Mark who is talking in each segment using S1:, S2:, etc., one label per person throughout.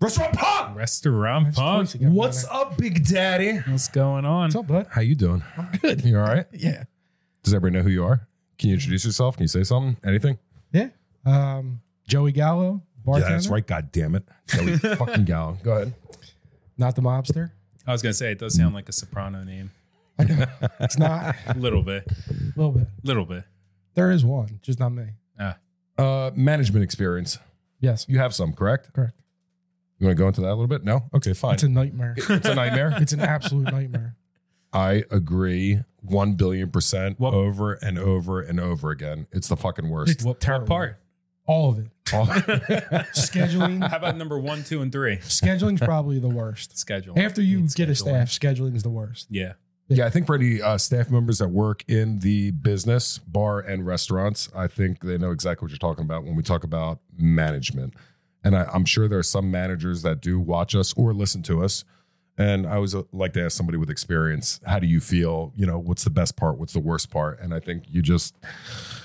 S1: Restaurant Pop.
S2: Restaurant Punk.
S3: Toast again,
S1: What's
S3: man.
S1: up, Big Daddy?
S2: What's going on?
S3: What's up, bud?
S4: How you doing?
S3: I'm good.
S4: You all right?
S3: Yeah.
S4: Does everybody know who you are? Can you introduce yourself? Can you say something? Anything?
S3: Yeah. Um, Joey Gallo, bartender.
S1: Yeah, that's right. God damn it.
S4: Joey fucking Gallo. Go ahead.
S3: Not the mobster.
S2: I was gonna say it does sound like a soprano name.
S3: I know. it's not.
S2: A little bit.
S3: A little bit.
S2: Little bit.
S3: There is one, just not me.
S4: Uh, management experience.
S3: Yes.
S4: You have some, correct?
S3: Correct.
S4: You want to go into that a little bit? No? Okay, fine.
S3: It's a nightmare.
S4: It's a nightmare.
S3: it's an absolute nightmare.
S4: I agree 1 billion percent
S2: What-
S4: over and over and over again. It's the fucking worst.
S3: It's
S2: What, what
S3: terrible.
S2: part?
S3: All of it.
S4: All-
S2: How
S3: Scheduling.
S2: about number one, two, and three?
S3: Scheduling's probably the worst.
S2: Schedule.
S3: After you
S2: Need
S3: get a
S2: scheduling.
S3: staff, scheduling is the worst.
S2: Yeah.
S4: yeah, I think for any uh, staff members that work in the business, bar, and restaurants, I think they know exactly what you're talking about when we talk about management. And I, I'm sure there are some managers that do watch us or listen to us. And I always uh, like to ask somebody with experience, how do you feel? You know, what's the best part? What's the worst part? And I think you just,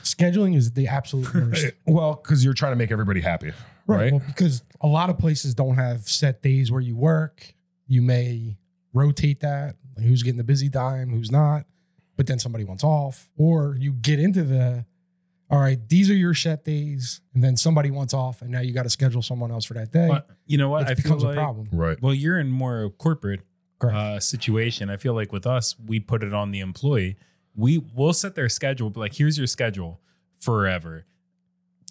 S3: Scheduling is the absolute worst.
S4: well, because you're trying to make everybody happy, right?
S3: Well, because a lot of places don't have set days where you work. You may rotate that, like who's getting the busy dime, who's not, but then somebody wants off, or you get into the, all right, these are your set days, and then somebody wants off, and now you got to schedule someone else for that day.
S2: Well, you know what?
S3: It
S2: I feel
S3: becomes
S2: like uh,
S3: a problem.
S4: right.
S2: well, you're in more corporate
S3: Correct.
S2: uh, situation. I feel like with us, we put it on the employee. We will set their schedule, but like, here's your schedule forever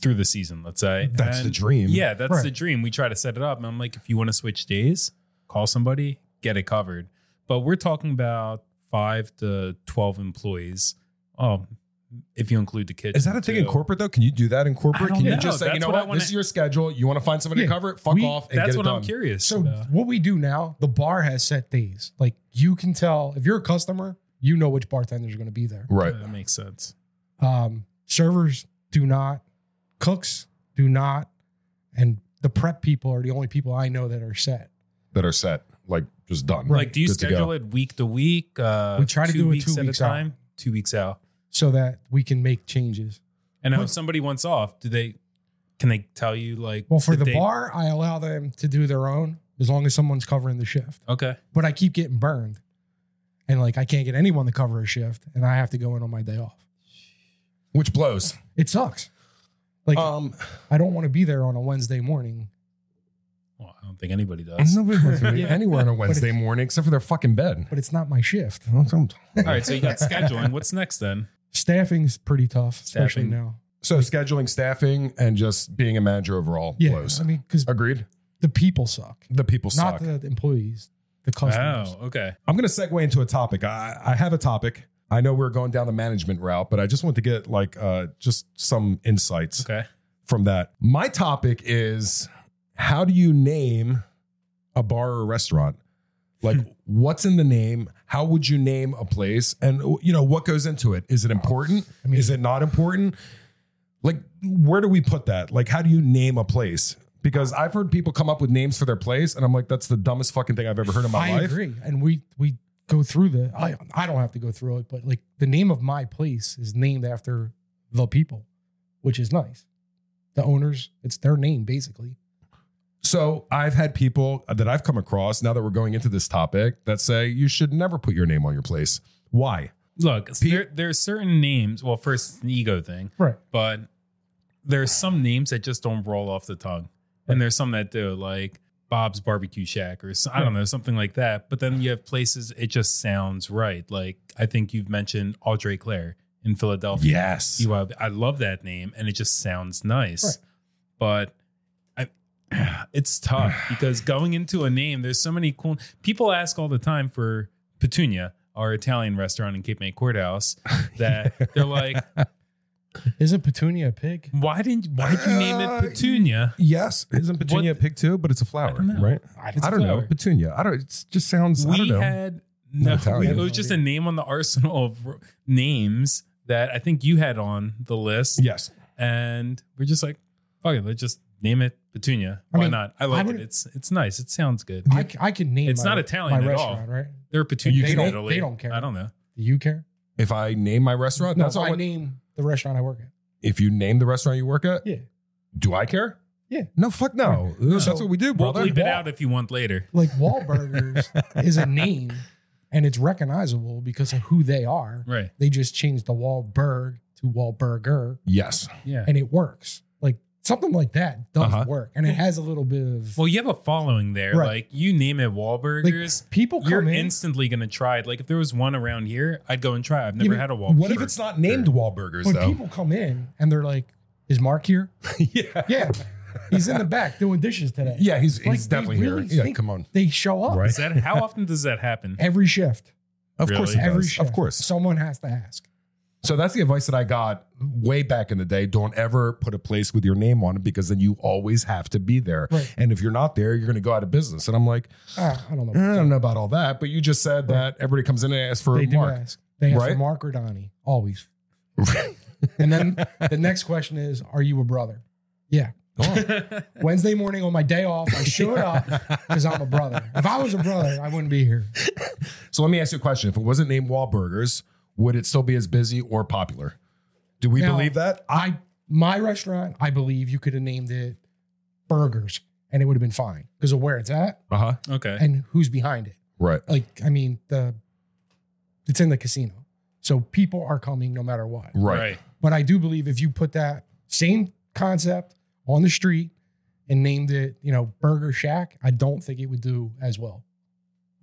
S2: through the season. Let's say
S4: That's the
S2: And-
S4: dream.
S2: Yeah, that's
S3: Right.
S2: the dream. We try to set it up. And I'm like, if you want to switch days, call somebody, get it covered. But we're talking about five to 12 employees. Oh, if you include the kitchen.
S4: Is that a thing in
S2: too.
S4: corporate though? Can you do that in
S2: I
S4: corporate?
S2: don't
S4: Can you
S2: know.
S4: just say, you
S2: That's
S4: know
S2: what I
S4: what,
S2: wanna-
S4: this is your schedule. You want to find somebody
S3: Yeah.
S4: to cover it? Fuck
S3: We-
S4: off and get
S2: That's
S4: it
S2: what
S4: done.
S2: I'm curious.
S3: So
S2: about.
S3: what we do now, the bar has set days. Like you can tell if you're a customer, you know which bartenders are going to be there.
S4: Right.
S2: That makes sense.
S3: Um, servers do not, cooks do not, and the prep people are the only people I know that are set.
S4: That are set, like just done.
S2: Like, do you
S4: Good to go.
S2: schedule it week to week? Uh,
S3: We try to do it two weeks out.
S2: Two weeks out.
S3: so that we can make changes.
S2: And now
S3: But-
S2: if somebody wants off, do they? Can they tell you like?
S3: Well, for the
S2: date?
S3: bar, I allow them to do their own as long as someone's covering the shift.
S2: Okay.
S3: But I keep getting burned. And like I can't get anyone to cover a shift and I have to go in on my day off.
S4: Which blows.
S3: It sucks. Like
S4: Um,
S3: I don't want to be there on a Wednesday morning.
S2: Well, I don't think anybody does.
S4: nobody wants to be
S2: Yeah.
S4: anywhere on a Wednesday morning except for their fucking bed.
S3: But it's not my shift.
S2: All right. So you got scheduling. What's next then?
S3: Staffing's pretty tough, especially
S2: Staffing.
S3: now.
S4: So scheduling, staffing, and just being a manager overall
S3: Yeah,
S4: blows.
S3: I mean, because
S4: Agreed.
S3: the people suck,
S4: The people
S3: not
S4: suck.
S3: the employees, the customers.
S2: Oh, okay.
S4: I'm going to segue into a topic. I, I have a topic. I know we're going down the management route, but I just want to get like uh, just some insights.
S2: Okay.
S4: from that. My topic is how do you name a bar or restaurant? Like,
S3: Hmm.
S4: what's in the name? How would you name a place? And, you know, what goes into it? Is it important?
S3: I mean-
S4: is it not important? Like, where do we put that? Like, how do you name a place? Because I've heard people come up with names for their place, and I'm like, that's the dumbest fucking thing I've ever heard in my
S3: I
S4: life.
S3: agree. And we we go through the I I don't have to go through it, but like the name of my place is named after the people, which is nice. The owners, it's their name basically.
S4: So I've had people that I've come across now that we're going into this topic that say you should never put your name on your place. Why?
S2: Look, there, there are certain names. Well, first it's an ego thing,
S3: Right.
S2: but there's some names that just don't roll off the tongue, and there's some that do, like Bob's Barbecue Shack or so- I don't know something like that. But then you have places it just sounds right. Like I think you've mentioned Audrey Claire in Philadelphia.
S4: Yes.
S2: You are- I love that name, and it just sounds nice.
S3: Right.
S2: But I, it's tough because going into a name, there's so many cool people ask all the time for Petunia, our Italian restaurant in Cape May Courthouse. That they're like,
S3: Isn't Petunia a pig?
S2: why didn't why did you name
S4: Uh,
S2: it Petunia?
S4: Yes, isn't petunia
S2: What-
S4: a pig too? But it's a flower,
S2: I don't know.
S4: right?
S2: I
S4: I don't know petunia. I don't. It just sounds. I don't
S2: We
S4: know.
S2: had no.
S4: Italian.
S2: it was just a name on the arsenal of r- names that I think you had on the list,
S4: yes,
S2: and we're just like, fuck it, let's just name it Petunia.
S3: I
S2: Why
S3: mean,
S2: not? I like
S3: would-
S2: it. It's it's nice. It sounds good.
S3: I, c- I can name
S2: It's
S3: my-
S2: not Italian
S3: my
S2: at all.
S3: restaurant, right?
S2: They're Petunia
S3: They
S2: in
S3: don't-
S2: Italy.
S3: they don't care.
S2: I don't know.
S3: Do you care?
S4: if I name my restaurant,
S3: No,
S4: that's all.
S3: I
S4: I want-
S3: name the restaurant I work at.
S4: if you name the restaurant you work at,
S3: Yeah.
S4: do I care?
S3: Yeah.
S4: No, fuck no. That's what we do,
S2: We'll
S4: brother.
S2: bleep it out if you want later.
S3: Like Wahlburgers is a name and it's recognizable because of who they are.
S2: Right.
S3: They just changed the Wahlberg to Wahlburger
S4: Yes.
S2: Yeah.
S3: and it works. Like something like that does
S4: Uh-huh.
S3: work. And it has a little bit of
S2: Well, you have a following there.
S3: Right.
S2: Like you name it Wahlburgers,
S3: people come
S2: you're
S3: in.
S2: instantly gonna try it. Like if there was one around here, I'd go and try. it. I've never
S3: but
S2: had a Wahlburger.
S4: What if it's not named Wahlburgers,
S3: When
S4: though?
S3: people come in and they're like, "Is Mark here?
S4: yeah.
S3: Yeah, he's in the back doing dishes today."
S4: Yeah, he's,
S3: Like,
S4: he's
S3: they
S4: definitely
S3: really
S4: here. Yeah,
S3: think-
S4: come on.
S3: they show up
S4: Right.
S2: Is that how often does that happen?
S3: every shift.
S4: Of course
S2: Really?
S4: he
S3: Every
S4: does.
S3: shift,
S4: Of course.
S3: someone has to ask.
S4: So that's the advice that I got way back in the day. Don't ever put a place with your name on it because then you always have to be there.
S3: Right.
S4: And if you're not there, you're going to go out of business. And I'm like,
S3: Ah, I don't
S4: I
S3: know.
S4: don't know about all that, but you just said that everybody comes in and asks for
S3: They
S4: a
S3: do
S4: mark.
S3: ask. They ask for
S4: Right?
S3: Mark or Donnie always. and then the next question is, "Are you a brother?" Yeah. Wednesday morning on my day off, I showed up because I'm a brother. If I was a brother, I wouldn't be here.
S4: So let me ask you a question. If it wasn't named Wahlburgers, would it still be as busy or popular? Do we
S3: Now-
S4: believe that?
S3: I my restaurant, I believe you could have named it Burgers, and it would have been fine because of where it's at
S4: Uh huh.
S2: Okay.
S3: and who's behind it.
S4: Right.
S3: Like, I mean, the it's in the casino, so people are coming no matter what.
S4: Right.
S3: But I do believe if you put that same concept on the street and named it, you know, Burger Shack, I don't think it would do as well.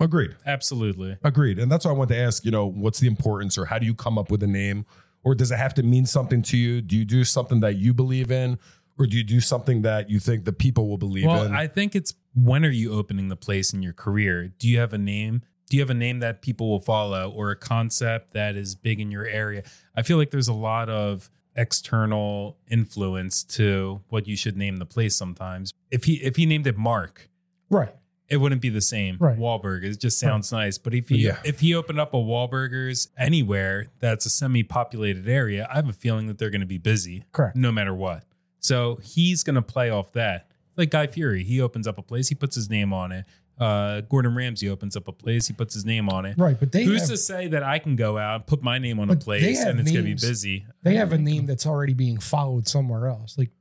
S4: Agreed.
S2: Absolutely.
S4: Agreed. And that's why I want to ask, you know, what's the importance or how do you come up with a name? Or does it have to mean something to you? Do you do something that you believe in? Or do you do something that you think the people will believe
S2: Well,
S4: in?
S2: I think it's when are you opening the place in your career? Do you have a name? Do you have a name that people will follow or a concept that is big in your area? I feel like there's a lot of external influence to what you should name the place sometimes. If he if he named it Mark,
S3: Right.
S2: it wouldn't be the same.
S3: Right.
S2: Wahlburgers it just sounds nice. But if he
S4: Yeah.
S2: if he opened up a Wahlburgers anywhere that's a semi-populated area, I have a feeling that they're going to be busy
S3: Correct.
S2: no matter what. So he's going to play off that. Like Guy Fury, he opens up a place, he puts his name on it. Uh, Gordon Ramsay opens up a place, he puts his name on it.
S3: Right. But they
S2: Who's
S3: have,
S2: to say that I can go out and put my name on a
S3: But they
S2: place
S3: have
S2: and it's going to be
S3: names.
S2: busy?
S3: they have a name that's already being followed somewhere else. Like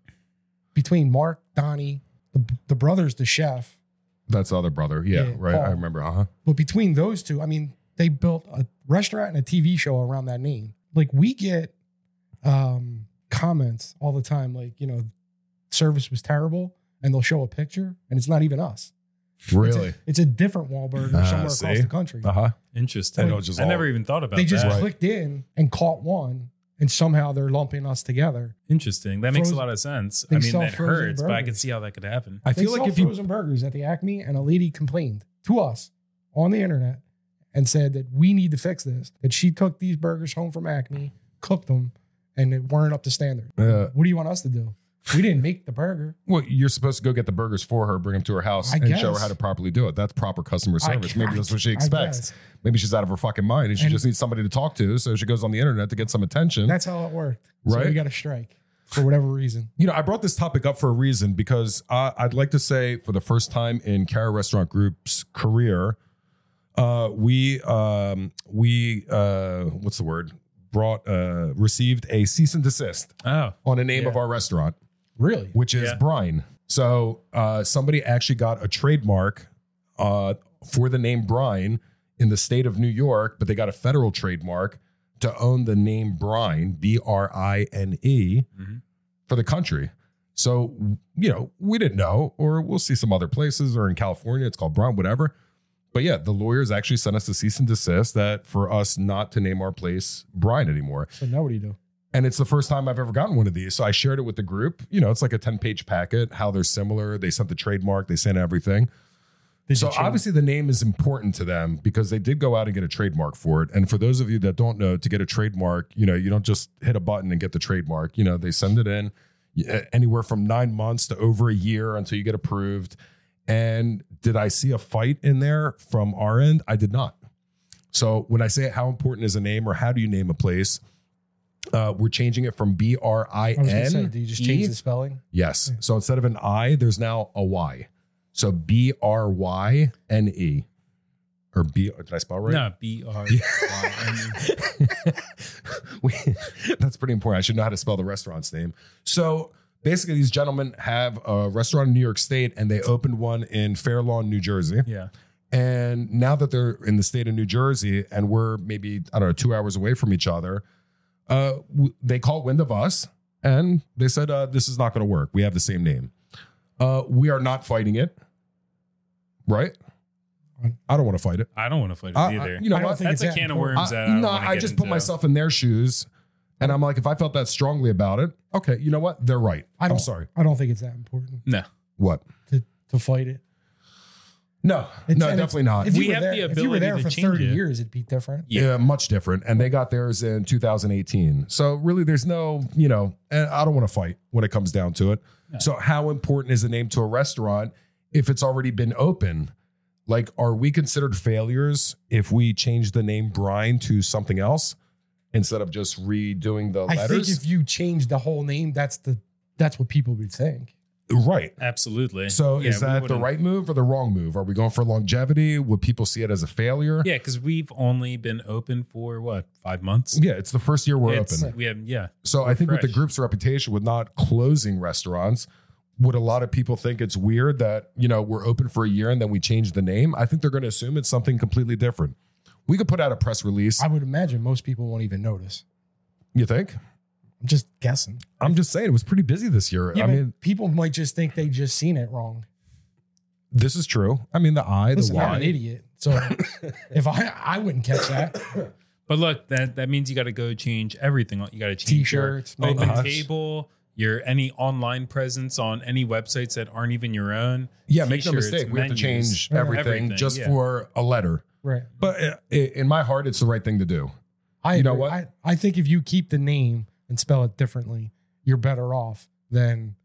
S3: between Mark, Donnie, the, the brothers, the chef,
S4: that's the other brother. Yeah.
S3: Yeah,
S4: right. I
S3: Paul.
S4: remember. Uh huh.
S3: but between those two, I mean, they built a restaurant and a TV show around that name. Like we get um, comments all the time, like you know, service was terrible, and they'll show a picture, and it's not even us.
S4: Really?
S3: It's a different Wahlburger
S4: Ah,
S3: somewhere across
S4: see?
S3: the country.
S4: Uh huh.
S2: Interesting.
S4: I know, just
S2: I
S4: all-
S2: never even thought about
S3: They just
S2: that.
S3: clicked in and caught one, and somehow they're lumping us together.
S2: Interesting. That makes a
S3: Frozen-
S2: lot of sense.
S3: they
S2: I mean,
S3: sell
S2: that
S3: frozen
S2: hurts, but I can
S3: burgers.
S2: see how that could happen.
S4: I
S3: They
S4: feel like
S3: sell
S4: if you
S3: frozen burgers at the Acme, and a lady complained to us on the internet and said that we need to fix this. That she took these burgers home from Acme, cooked them, and they weren't up to standard.
S4: Uh,
S3: What do you want us to do? We didn't make the burger.
S4: Well, you're supposed to go get the burgers for her, bring them to her house,
S3: I
S4: and show her
S3: guess.
S4: how to properly do it. That's proper customer
S3: I
S4: service.
S3: gu-
S4: Maybe that's what she
S3: I
S4: expects.
S3: guess.
S4: Maybe she's out of her fucking mind and she
S3: And-
S4: just needs somebody to talk to. So she goes on the internet to get some attention.
S3: That's how it worked. So
S4: Right.
S3: we got a strike for whatever reason.
S4: you know, I brought this topic up for a reason because I, I'd like to say for the first time in Cara Restaurant Group's career, uh, we um, we uh, what's the word? Brought uh, received a cease and desist
S2: Oh,
S4: on a name of our restaurant.
S3: Really?
S4: which is
S2: Yeah.
S4: brine. So uh, somebody actually got a trademark uh, for the name brine in the state of New York, but they got a federal trademark to own the name brine, B R I N E,
S2: Mhm.
S4: for the country. So you know we didn't know, or we'll see some other places, or in California it's called brine, whatever. But yeah, the lawyers actually sent us a cease and desist that for us not to name our place brine anymore.
S3: So now what do you do?
S4: And it's the first time I've ever gotten one of these. So I shared it with the group. You know, it's like a 10 page packet, how they're similar. They sent the trademark, they sent everything.
S3: Did
S4: so
S3: you change-
S4: obviously, the name is important to them because they did go out and get a trademark for it. And for those of you that don't know, to get a trademark, you know, you don't just hit a button and get the trademark. You know, they send it in eh, anywhere from nine months to over a year until you get approved. And did I see a fight in there from our end? I did not. So when I say how important is a name or how do you name a place, uh, we're changing it from B R I
S3: I was gonna say,
S4: N.
S3: do you just
S4: E?
S3: change the spelling?
S4: Yes. So instead of an I, there's now a Y. So B R Y N E. Or B, did I spell right?
S2: no, B R Y N E.
S4: We- that's pretty important. I should know how to spell the restaurant's name. So basically these gentlemen have a restaurant in New York State and they opened one in Fair Lawn, New Jersey.
S2: Yeah.
S4: And now that they're in the state of New Jersey and we're maybe, I don't know, two hours away from each other, uh, w- they caught wind of us and they said, uh, this is not going to work. We have the same name. Uh, we are not fighting it, right? I don't want to fight it.
S2: I don't want to fight it
S4: I- I-
S2: either.
S4: you know
S3: I don't
S4: what?
S3: think
S2: That's
S3: it's
S2: a can of
S3: important.
S2: worms that I
S4: I,
S2: don't
S4: no,
S2: wanna
S4: I
S2: get
S4: just put
S2: into.
S4: myself in their shoes, and I'm like, if I felt that strongly about it, okay, you know what? They're right.
S3: I don't-
S4: I'm sorry.
S3: I don't think it's that important
S2: No.
S4: What?
S3: to, to fight it.
S4: No,
S3: It's-
S4: no,
S3: and
S4: definitely not.
S3: If you
S2: We
S3: were
S2: have
S3: there,
S2: the
S3: if you were
S2: ability
S3: there
S2: to
S3: for
S2: change
S3: 30
S2: it.
S3: years, it'd be different.
S2: Yeah.
S4: yeah. much different. And they got theirs in 2018. So really, there's no, you know, and I don't want to fight when it comes down to it. So how important is the name to a restaurant if it's already been open? Like, are we considered failures if we change the name Brine to something else instead of just redoing the
S3: I think
S4: letters?
S3: if you change the whole name, that's the that's what people would think.
S4: right.
S2: Absolutely.
S4: So
S2: Yeah,
S4: is
S2: we
S4: that the
S2: wouldn't-
S4: right move or the wrong move? Are we going for longevity? Would people see it as a failure?
S2: Yeah, because we've only been open for what five months.
S4: Yeah, it's the first year we're
S2: It's-
S4: open.
S2: We have yeah.
S4: So I think with
S2: fresh.
S4: the group's reputation with not closing restaurants, would a lot of people think it's weird that, you know, we're open for a year and then we change the name? I think they're going to assume it's something completely different. We could put out a press release.
S3: I would imagine most people won't even notice.
S4: you think?
S3: I'm just guessing.
S4: I'm just saying it was pretty busy this year.
S3: Yeah,
S4: I
S3: but
S4: mean,
S3: people might just think they just seen it wrong.
S4: this is true. I mean, the I,
S3: Listen,
S4: the
S3: I'm an
S4: Y.
S3: idiot, so if I I wouldn't catch that
S2: But look, that that means you got to go change everything. You got to change your
S3: T-shirts,
S2: open
S3: menus.
S2: table, your any online presence on any websites that aren't even your own.
S4: Yeah, make no
S2: T-shirts,
S4: mistake. We have to
S2: menus.
S4: change
S3: Yeah.
S4: everything,
S2: Everything,
S4: just
S2: yeah.
S4: for a letter.
S3: right.
S4: But uh, i- in my heart, it's the right thing to do.
S3: I
S4: You know
S3: agree.
S4: what?
S3: I, I think if you keep the name and spell it differently, you're better off than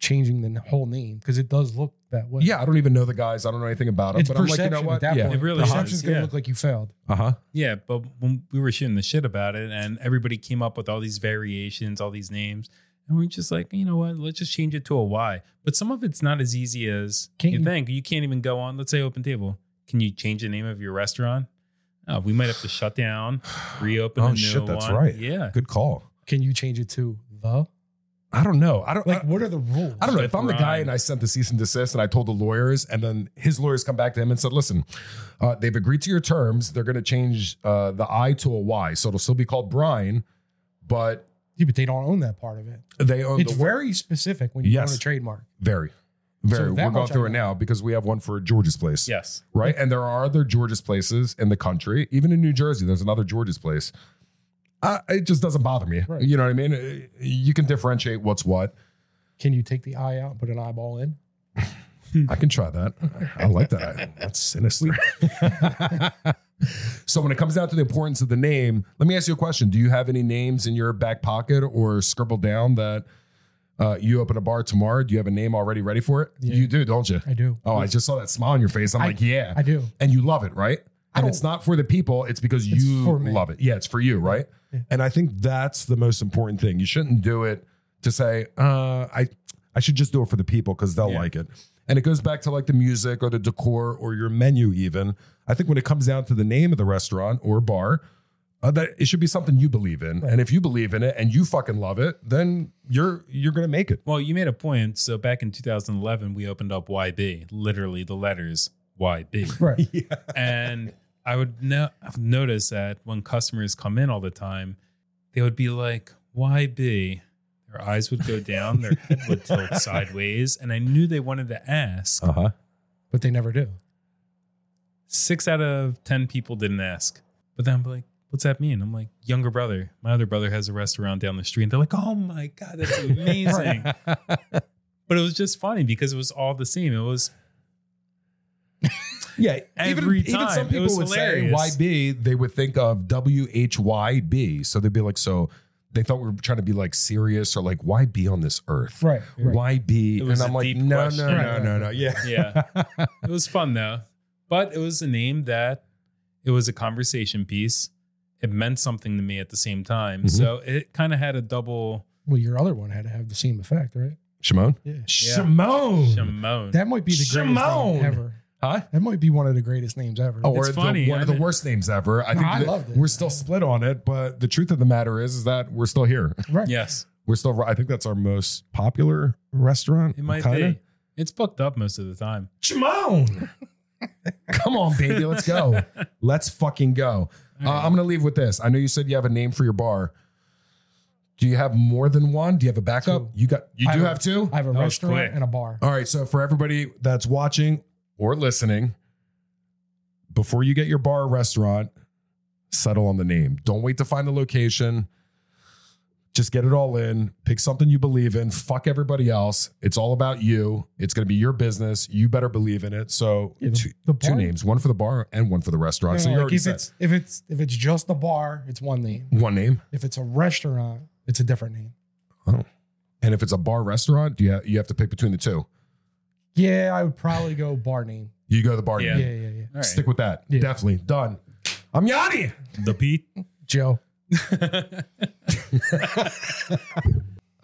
S3: changing the n- whole name because it does look that way.
S4: Yeah, I don't even know the guys. I don't know anything about them.
S3: it's
S4: but I'm like,
S3: perception
S4: you know
S3: at
S4: what?
S3: that
S4: yeah.
S3: point.
S2: It really is,
S3: perception's gonna
S2: yeah.
S3: look like you failed.
S4: Uh huh.
S2: Yeah, but when we were shooting the shit about it, and everybody came up with all these variations, all these names, and we are just like, you know what? Let's just change it to a Y. But some of it's not as easy as
S3: Can't
S2: you
S3: you-
S2: think. You can't even go on. Let's say Open Table. Can you change the name of your restaurant? Oh, we might have to shut down, reopen.
S4: Oh,
S2: a new
S4: shit, that's
S2: one.
S4: right.
S2: Yeah,
S4: Good call.
S3: Can you change it to the?
S4: I don't know. I don't
S3: Like,
S4: I,
S3: what are the rules?
S4: I don't know if
S2: But
S4: I'm the guy
S2: Ryan-
S4: and I sent the cease and desist and I told the lawyers and then his lawyers come back to him and said, listen, uh, they've agreed to your terms. They're going to change uh, the I to a Y, so it'll still be called Brian, but
S3: Yeah, but they don't own that part of it.
S4: they own
S3: It's
S4: Oh, the
S3: very specific when you
S4: Yes.
S3: own a trademark.
S4: very, very.
S3: So that
S4: We're going
S3: much I
S4: through it
S3: know.
S4: now because we have one for George's place.
S2: yes.
S4: right? And there are other George's places in the country, even in New Jersey. There's another George's place. I, it just doesn't bother me.
S3: Right.
S4: You know what I mean? Uh, You can differentiate what's what.
S3: Can you take the eye out and put an eyeball in?
S4: I can try that. I like that. That's sinister. so when it comes down to the importance of the name, let me ask you a question. Do you have any names in your back pocket or scribbled down that uh, you open a bar tomorrow? Do you have a name already ready for it?
S3: Yeah.
S4: You do, don't you?
S3: I do.
S4: Oh, I just saw that smile on your face. I'm
S3: I-
S4: like, yeah.
S3: I do.
S4: and you love it, right?
S3: I
S4: And
S3: don't-
S4: it's not for the people, it's because
S3: Oh. It's
S4: you
S3: for me.
S4: love it. Yeah, it's for you, right?
S3: Yeah.
S4: And I think that's the most important thing. You shouldn't do it to say, uh, I I should just do it for the people because they'll
S2: Yeah.
S4: like it. And it goes back to like the music or the decor or your menu, even. I think when it comes down to the name of the restaurant or bar, uh, that it should be something you believe in. And if you believe in it and you fucking love it, then you're you're gonna make it.
S2: Well, you made a point. So back in 2011, we opened up YB, literally the letters YB.
S3: Right.
S2: and I would no- I've noticed that when customers come in all the time, they would be like, YB. Their eyes would go down, their head would tilt sideways. And I knew they wanted to ask.
S4: Uh-huh.
S3: but they never do.
S2: Six out of 10 people didn't ask. But then I'm like, what's that mean? I'm like, younger brother. My other brother has a restaurant down the street. And they're like, oh my God, that's amazing. but it was just funny because it was all the same. It was
S4: Yeah,
S2: Every
S4: even, even
S2: time.
S4: some
S2: It was
S4: people would
S2: hilarious.
S4: say YB, they would think of W H Y B. So they'd be like, so they thought we were trying to be like serious or like, why be on this earth?
S3: Right. right.
S4: Why be?
S2: It
S4: And
S2: was
S4: I'm
S2: a
S4: like,
S2: deep
S4: no,
S2: question.
S4: no,
S3: Right.
S4: no, no, no. Yeah.
S2: yeah. It was fun though. But it was a name that it was a conversation piece. It meant something to me at the same time.
S4: Mhm.
S2: So it kind of had a double
S3: Well, your other one had to have the same effect, right?
S4: Shimon?
S3: Yeah.
S4: Shimon.
S2: Shimon.
S3: That might be the greatest
S4: Shimon.
S3: name ever.
S4: Huh?
S3: That might be one of the greatest names ever.
S4: Oh, or
S2: It's
S4: the-
S2: funny,
S4: one of the
S2: I-
S4: worst names ever. I
S3: No,
S4: think
S3: I
S4: that
S3: loved it.
S4: we're still split on it, but the truth of the matter is, is that we're still here.
S3: right.
S2: yes.
S4: We're still. I think that's our most popular restaurant.
S2: It might
S4: kinda.
S2: be. It's booked up most of the time.
S4: Jamone. Come on, baby. Let's go. Let's fucking go. Uh, I'm going to leave with this. I know you said you have a name for your bar. Do you have more than one? Do you have a backup?
S3: Two.
S4: You got you
S3: I
S4: do
S3: have-
S4: have two?
S3: I have a
S2: That was
S3: restaurant
S2: quick.
S3: and a bar.
S4: All right, so for everybody that's watching or listening, before you get your bar or restaurant, settle on the name. Don't wait to find the location. Just get it all in. Pick something you believe in. Fuck everybody else. It's all about you. It's going to be your business. You better believe in it. So,
S3: Yeah, the-
S4: two,
S3: the
S4: two
S3: bar-
S4: names one for the bar and one for the restaurant.
S3: No,
S4: so,
S3: no,
S4: you
S3: like
S4: already
S3: if
S4: said
S3: it's if it's if it's just the bar, it's one name.
S4: one name.
S3: If it's a restaurant, it's a different name.
S4: And if it's a bar restaurant, you, ha- you have to pick between the two.
S3: Yeah, I would probably go bar name.
S4: You go to the bar
S2: Yeah.
S3: Yeah,
S4: name.
S3: yeah, yeah.
S2: All right.
S4: Stick with that.
S3: Yeah.
S4: Definitely. Done. I'm Yanni.
S2: the Pete.
S3: Joe.
S4: I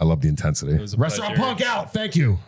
S4: love the
S2: It
S4: intensity.
S2: was a
S4: Restaurant
S2: pleasure.
S4: Punk out. Thank you.